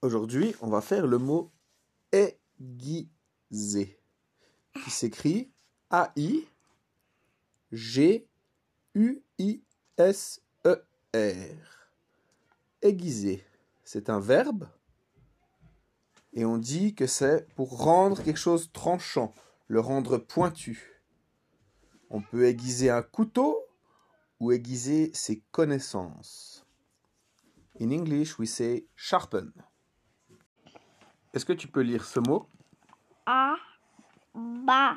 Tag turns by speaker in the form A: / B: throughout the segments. A: Aujourd'hui, on va faire le mot aiguisé, qui s'écrit E A-I-G-U-I-S-E-R. Aiguisé, c'est un verbe et on dit que c'est pour rendre quelque chose tranchant, le rendre pointu. On peut aiguiser un couteau ou aiguiser ses connaissances. In English, we say sharpen. Est-ce que tu peux lire ce mot
B: Abattoir.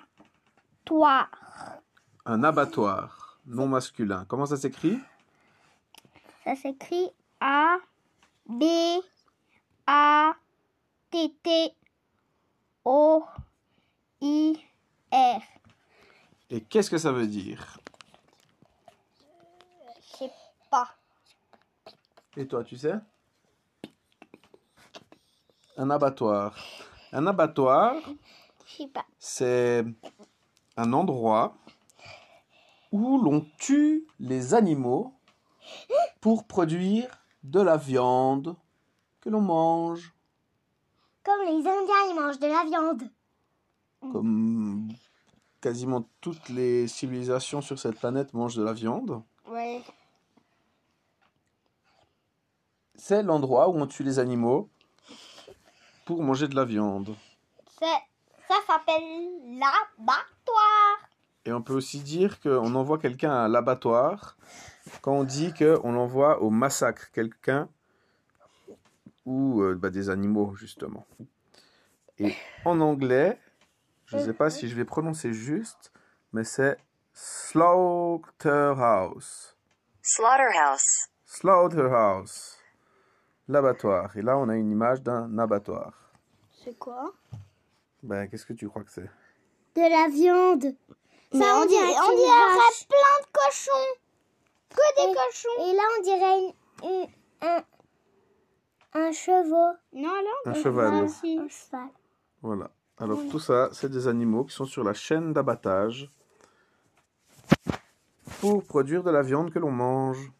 A: Un abattoir, non masculin. Comment ça s'écrit
B: Ça s'écrit A B A T T O I R.
A: Et qu'est-ce que ça veut dire
B: Je sais pas.
A: Et toi, tu sais Un abattoir. Un abattoir,
B: Je sais pas.
A: c'est un endroit où l'on tue les animaux pour produire de la viande que l'on mange,
C: Comme les Indiens, ils mangent de la viande.
A: comme quasiment toutes les civilisations sur cette planète mangent de la viande.
B: Ouais.
A: C'est l'endroit où on tue les animaux pour manger de la viande.
B: Ça, ça s'appelle l'abattoir.
A: Et on peut aussi dire qu'on envoie quelqu'un à l'abattoir quand on dit qu'on l'envoie au massacre, quelqu'un ou euh, bah, des animaux, justement. Et en anglais, je ne sais pas si je vais prononcer juste, mais c'est slaughterhouse.
D: Slaughterhouse.
A: Slaughterhouse. L'abattoir. Et là, on a une image d'un abattoir.
C: C'est quoi
A: Ben, qu'est-ce que tu crois que c'est
C: De la viande.
B: Ça, on, dirait, on
C: une
B: dirait
C: vache.
B: plein de cochons. Que des
C: Et-
B: cochons.
C: Et là, on dirait une- une- un, un cheval.
B: Non, là,
A: Un cheval.
C: Un cheval.
A: Voilà. Alors tout ça, c'est des animaux qui sont sur la chaîne d'abattage pour produire de la viande que l'on mange.